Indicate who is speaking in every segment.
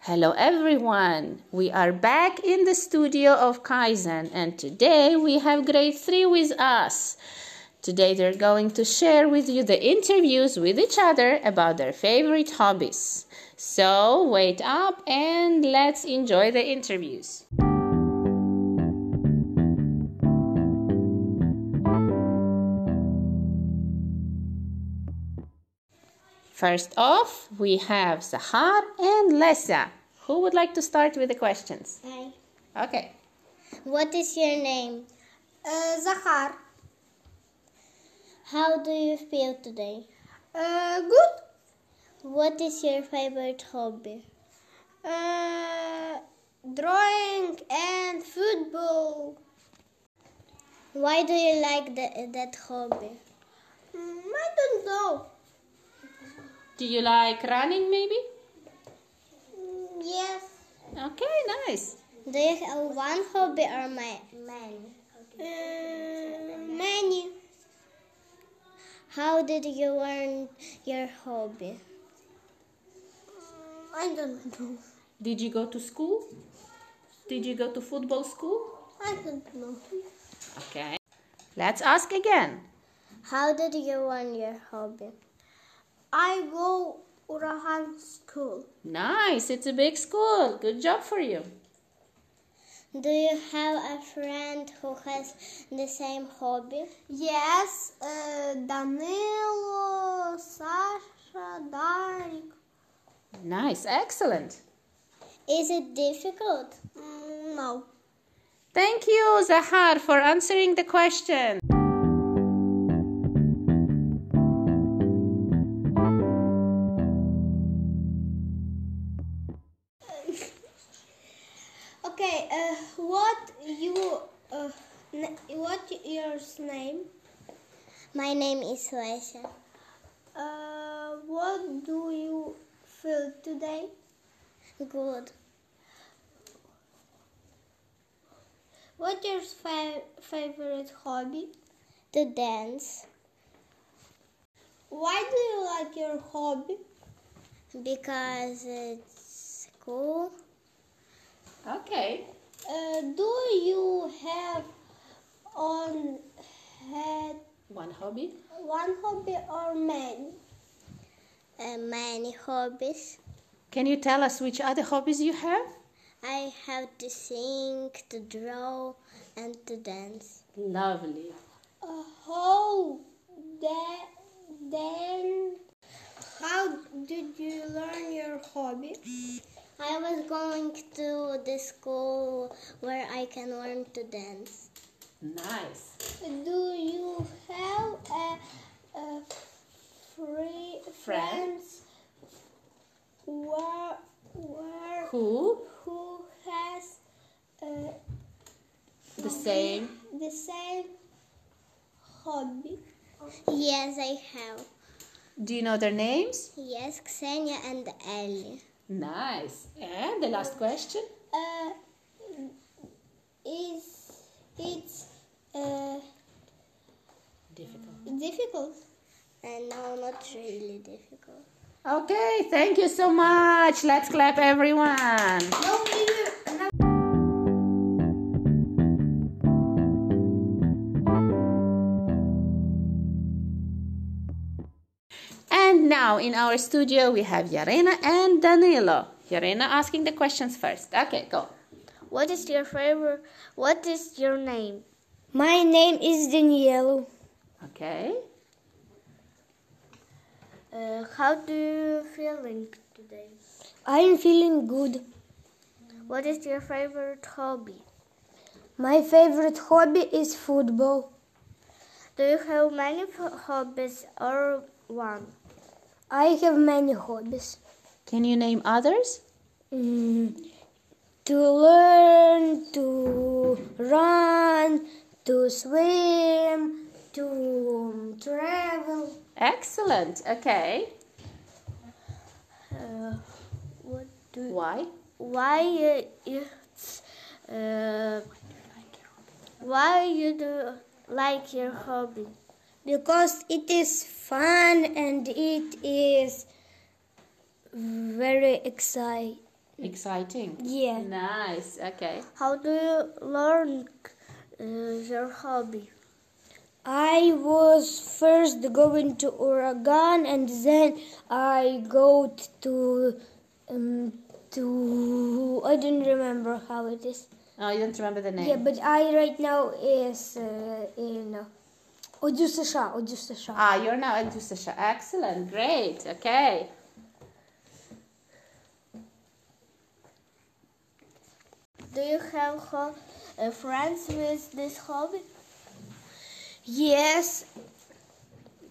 Speaker 1: Hello everyone! We are back in the studio of Kaizen and today we have grade 3 with us. Today they're going to share with you the interviews with each other about their favorite hobbies. So wait up and let's enjoy the interviews. First off, we have Sahar and Lesa. Who would like to start with the questions?
Speaker 2: Hi.
Speaker 1: Okay.
Speaker 2: What is your name?
Speaker 3: Uh, Zahar.
Speaker 2: How do you feel today?
Speaker 3: Uh, good.
Speaker 2: What is your favorite hobby?
Speaker 3: Uh, drawing and football.
Speaker 2: Why do you like the, that hobby?
Speaker 3: Mm, I don't know.
Speaker 1: Do you like running maybe?
Speaker 3: Mm, Yes.
Speaker 1: Okay, nice.
Speaker 2: Do you have one hobby or ma- many?
Speaker 3: Uh, many.
Speaker 2: How did you learn your hobby?
Speaker 3: I don't know.
Speaker 1: Did you go to school? Did you go to football school?
Speaker 3: I don't know.
Speaker 1: Okay. Let's ask again.
Speaker 2: How did you learn your hobby?
Speaker 3: I go Urahan school.
Speaker 1: Nice, it's a big school. Good job for you.
Speaker 2: Do you have a friend who has the same hobby?
Speaker 3: Yes. Uh, Danilo, Sasha, Darik.
Speaker 1: Nice, excellent.
Speaker 2: Is it difficult?
Speaker 3: Mm, no.
Speaker 1: Thank you, Zahar, for answering the question.
Speaker 3: Okay, uh, what you uh, n- what your name?
Speaker 2: My name is Lesa.
Speaker 3: Uh, what do you feel today?
Speaker 2: Good.
Speaker 3: What's your fa- favorite hobby?
Speaker 2: To dance.
Speaker 3: Why do you like your hobby?
Speaker 2: Because it's cool.
Speaker 1: Okay.
Speaker 3: Uh, do you have on had
Speaker 1: One hobby?
Speaker 3: one hobby or many?
Speaker 2: Uh, many hobbies.
Speaker 1: Can you tell us which other hobbies you have?
Speaker 2: I have to sing, to draw, and to dance.
Speaker 1: Lovely.
Speaker 3: Uh, how da- then? How did you learn your hobby?
Speaker 2: I was going to the school where I can learn to dance.
Speaker 1: Nice.
Speaker 3: Do you have
Speaker 2: Uh,
Speaker 3: a, a free
Speaker 1: Friend?
Speaker 3: friends where, where
Speaker 1: Who?
Speaker 3: who has uh,
Speaker 1: The same.
Speaker 3: the same hobby?
Speaker 2: Yes, I have.
Speaker 1: Do you know their names?
Speaker 2: Yes, Xenia and Ellie.
Speaker 1: Nice. And the last question?
Speaker 3: Uh, is it's uh,
Speaker 1: Difficult.
Speaker 3: difficult?
Speaker 2: And Uh, no, not really difficult.
Speaker 1: Okay, thank you so much. Let's clap everyone.
Speaker 3: No, you- no.
Speaker 1: And now in our studio we have Yarena and Danilo. Yarena asking the questions first. Okay, go.
Speaker 2: What is your favorite? What is your name?
Speaker 3: My name is Danielle.
Speaker 1: Okay.
Speaker 2: Uh, how do you feeling today?
Speaker 3: I'm feeling good.
Speaker 2: What is your favorite hobby?
Speaker 3: My favorite hobby is football.
Speaker 2: Do you have many f- hobbies or one?
Speaker 3: I have many hobbies.
Speaker 1: Can you name others?
Speaker 3: Mm, to learn, to run, to swim, to travel.
Speaker 1: Excellent. Okay.
Speaker 2: Uh, what do
Speaker 1: Why?
Speaker 2: why uh, it's uh, why you do like your hobby?
Speaker 3: Because it is fun and it is very exciting.
Speaker 1: Exciting.
Speaker 2: Yeah.
Speaker 1: Nice. Okay.
Speaker 2: How do you learn uh, your hobby?
Speaker 3: I was first going to Oregon and then I go to um, to I don't remember how it is.
Speaker 1: Oh, you don't remember the name.
Speaker 3: Yeah, but I right now is uh, in uh, Odju США, Odju США.
Speaker 1: Ah, you're now into Sasha. Excellent. Great. Okay.
Speaker 2: Do you have ho- uh, friends with this hobby?
Speaker 3: Yes,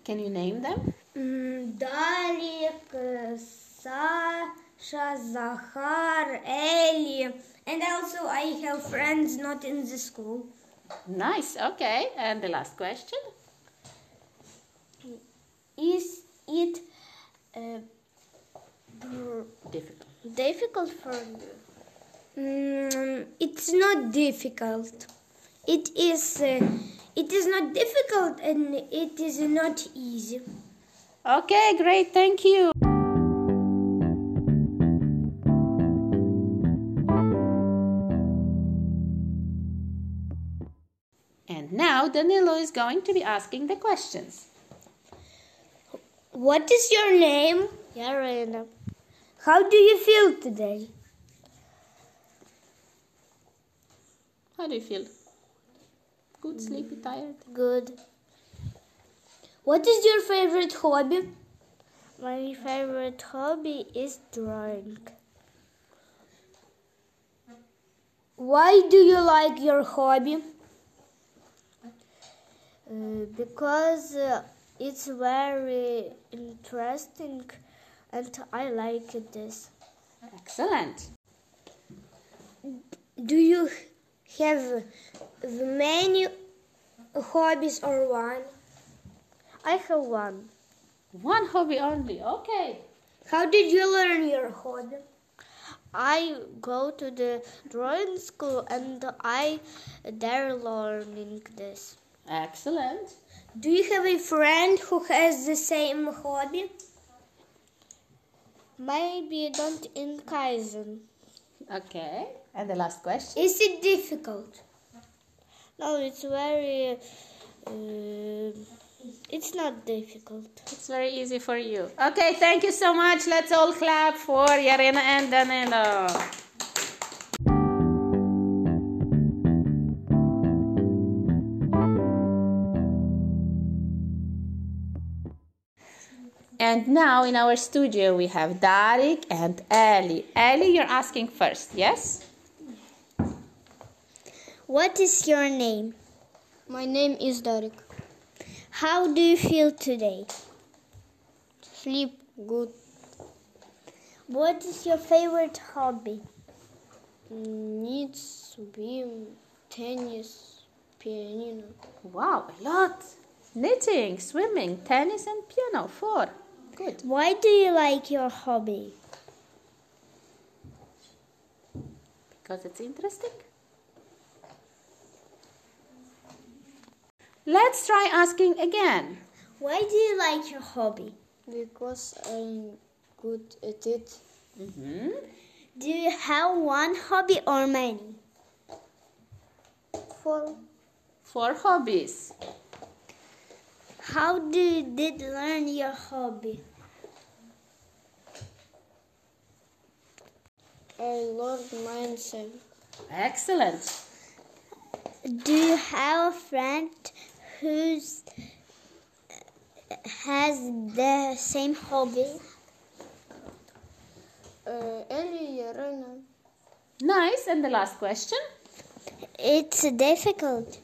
Speaker 1: Can you name them?
Speaker 3: М, Дарик, э, Саша, Захар, Элли. And also I have friends not in the school.
Speaker 1: Nice. Okay. And the last question.
Speaker 2: Is it uh, br-
Speaker 1: Difficult.
Speaker 2: difficult for you?
Speaker 3: Mm, it's not difficult. It is. Uh, it is not difficult, and it is not easy.
Speaker 1: Okay. Great. Thank you. And now Danilo is going to be asking the questions.
Speaker 3: What is your name?
Speaker 2: Yarena.
Speaker 3: How do you feel today?
Speaker 1: How do you feel? Good, sleepy, tired?
Speaker 2: Good.
Speaker 3: What is your favorite hobby?
Speaker 2: My favorite hobby is drawing.
Speaker 3: Why do you like your hobby?
Speaker 2: Uh, because uh, it's very interesting and I like this.
Speaker 1: Excellent.
Speaker 3: Do you have many hobbies or one?
Speaker 2: I have one.
Speaker 1: One hobby only. Okay.
Speaker 3: How did you learn your hobby?
Speaker 2: I go to the drawing school and I there learning this.
Speaker 1: Excellent.
Speaker 3: Do you have a friend who has the same hobby?
Speaker 2: Maybe don't in Kaizen.
Speaker 1: Okay. And the last question.
Speaker 3: Is it difficult?
Speaker 2: No, it's very. Uh, it's not difficult.
Speaker 1: It's very easy for you. Okay, thank you so much. Let's all clap for Yarena and Danilo. And now in our studio we have Darik and Ellie. Ellie, you're asking first, yes?
Speaker 3: What is your name?
Speaker 2: My name is Darik.
Speaker 3: How do you feel today?
Speaker 2: Sleep good.
Speaker 3: What is your favorite hobby?
Speaker 2: Need Mm, swim, tennis, pianino.
Speaker 1: Wow, a lot. Knitting, swimming, tennis, and piano. Four. Good.
Speaker 3: Why do you like your hobby?
Speaker 1: Because it's interesting. Let's try asking again.
Speaker 3: Why do you like your hobby?
Speaker 2: Because I'm good at it.
Speaker 1: hmm
Speaker 3: Do you have one hobby or many?
Speaker 2: For
Speaker 1: Four hobbies.
Speaker 3: How do you did learn your hobby?
Speaker 2: I learned myself.
Speaker 1: Excellent.
Speaker 3: Do you have a friend who's has the same hobby?
Speaker 2: Uh, Ellie Yarena.
Speaker 1: Nice. And the last question.
Speaker 3: It's difficult.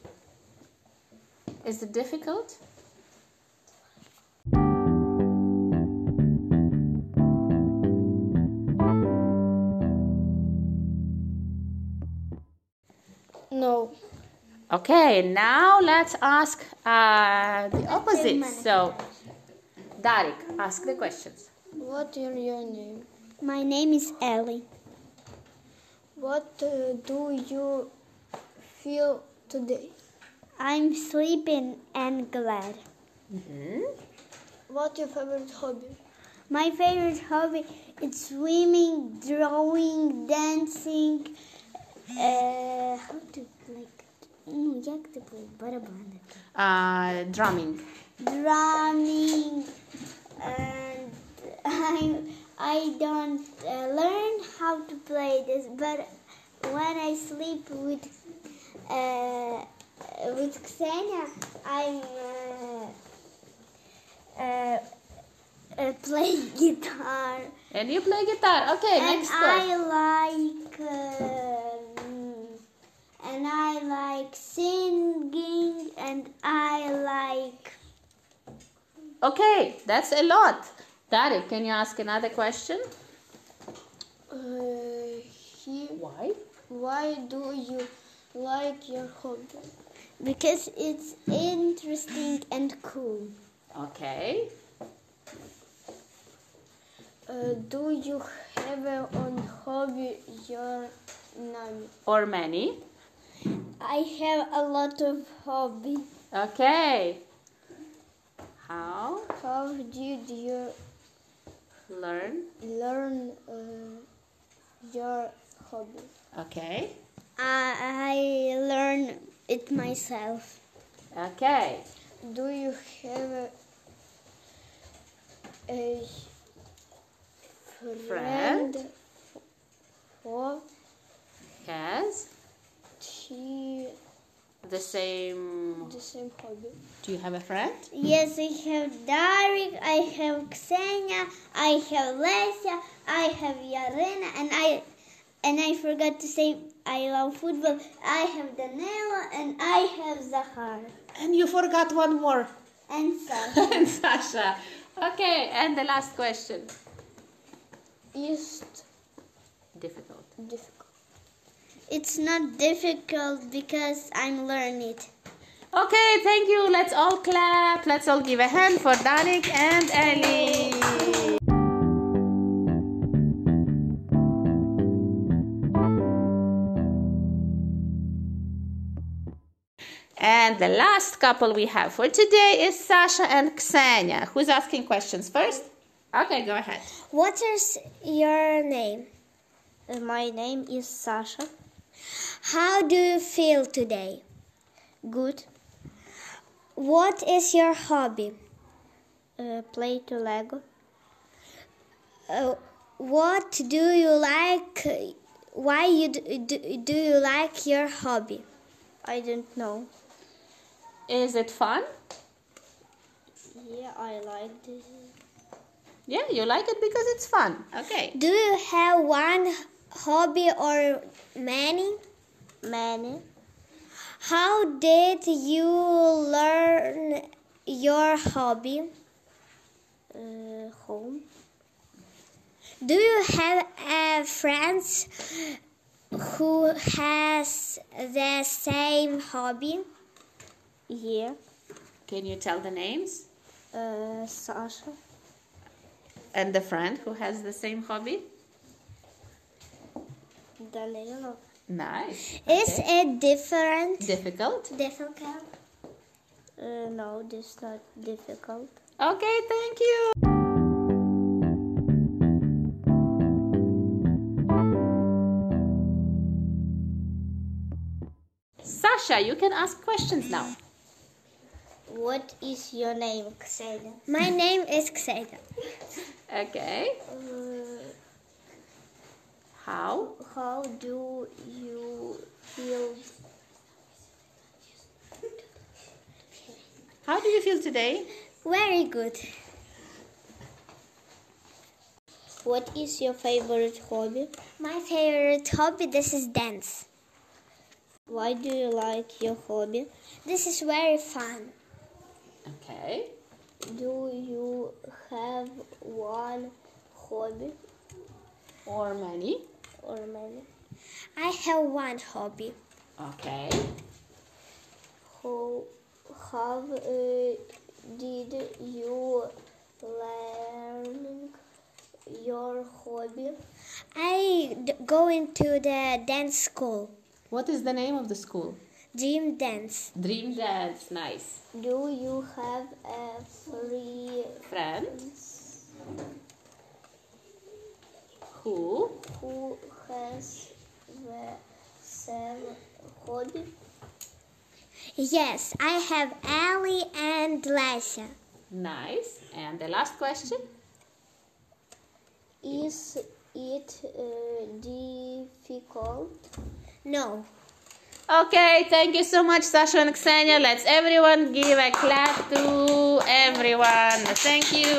Speaker 1: Is it difficult?
Speaker 2: No.
Speaker 1: Okay, now let's ask uh, the opposite. So, Darik, ask the questions.
Speaker 2: What is your name?
Speaker 3: My name is Ellie.
Speaker 2: What uh, do you feel today?
Speaker 3: I'm sleeping and glad.
Speaker 1: hmm
Speaker 2: What's your favorite hobby? My favorite hobby is swimming, drawing, dancing. Uh, how to Mm, like? Ну, як типу барабанити?
Speaker 1: Uh, drumming.
Speaker 2: Drumming and I I don't uh, learn how to play this, but when I sleep with uh, with Xenia, I'm uh, uh, uh, playing guitar.
Speaker 1: And you play guitar. Okay,
Speaker 2: And
Speaker 1: next one.
Speaker 2: I like um, and I like singing and I like
Speaker 1: Okay, that's a lot. Tarek, can you ask another question?
Speaker 2: uh, here.
Speaker 1: Why?
Speaker 2: Why do you like your hobby? Because it's interesting and cool.
Speaker 1: Okay.
Speaker 2: Uh, do you have a own hobby your name?
Speaker 1: Or many.
Speaker 2: I have a lot of hobby.
Speaker 1: Okay. How?
Speaker 2: How did you
Speaker 1: Learn.
Speaker 2: learn uh, your hobby?
Speaker 1: Okay.
Speaker 2: I learn it myself.
Speaker 1: Okay.
Speaker 2: Do you have a
Speaker 1: Friend?
Speaker 2: friend who
Speaker 1: Has
Speaker 2: she
Speaker 1: the same.
Speaker 2: the same hobby?
Speaker 1: Do you have a friend?
Speaker 2: Yes, I have Darik, I have Ksenia, I have Lesia, I have Yarina, and I and I forgot to say I love football. I have Danila and I have Zahar
Speaker 1: And you forgot one more.
Speaker 2: and Sasha.
Speaker 1: and Sasha. Okay, and the last question.
Speaker 2: Is
Speaker 1: Difficult.
Speaker 2: difficult. It's not difficult because I'm learning it.
Speaker 1: Okay, thank you. Let's all clap. Let's all give a hand for Danik and Ellie. And the last couple we have for today is Sasha and Ksenia. Who's asking questions first? Okay, go ahead.
Speaker 2: What is your name? My name is Sasha.
Speaker 3: How do you feel today?
Speaker 2: Good.
Speaker 3: What is your hobby?
Speaker 2: Uh, play to Lego.
Speaker 3: Uh, what do you like? Why you do, do, do you like your hobby?
Speaker 2: I don't know.
Speaker 1: Is it fun?
Speaker 2: Yeah, I like this.
Speaker 1: Yeah, you like it because it's fun. Okay.
Speaker 3: Do you have one h- hobby or many?
Speaker 2: Many.
Speaker 3: How did you learn your hobby?
Speaker 2: Uh, home.
Speaker 3: Do you have uh, friends who has the same hobby?
Speaker 2: Yeah.
Speaker 1: Can you tell the names?
Speaker 2: Uh, Sasha.
Speaker 1: And the friend who has the same hobby?
Speaker 2: Danilo.
Speaker 1: Nice.
Speaker 3: Is it different?
Speaker 1: Difficult?
Speaker 3: Difficult.
Speaker 2: Uh, no, this not difficult.
Speaker 1: Okay, thank you. Sasha, you can ask questions now.
Speaker 2: What is your name, Xenia?
Speaker 3: My name is Xeda.
Speaker 1: Okay. How?
Speaker 2: How do you feel?
Speaker 1: How do you feel today?
Speaker 3: Very good.
Speaker 2: What is your favorite hobby?
Speaker 3: My favorite hobby this is dance.
Speaker 2: Why do you like your hobby?
Speaker 3: This is very fun.
Speaker 1: Okay.
Speaker 2: Do you have one hobby
Speaker 1: Or many?
Speaker 2: or many?
Speaker 3: I have one hobby.
Speaker 1: Okay.
Speaker 2: How, how uh, did you learn your hobby?
Speaker 3: I d- go into the dance school,
Speaker 1: What is the name of the school?
Speaker 3: dream dance.
Speaker 1: Dream Dance. Nice.
Speaker 2: Do you have a free
Speaker 1: Friend? who
Speaker 2: Who has the same hobby?
Speaker 4: Yes, I have Ali and Lesya.
Speaker 1: nice and the last question
Speaker 2: Is it uh, difficult?
Speaker 4: No.
Speaker 1: okay thank you so much sasha and xenia let's everyone give a clap to everyone thank you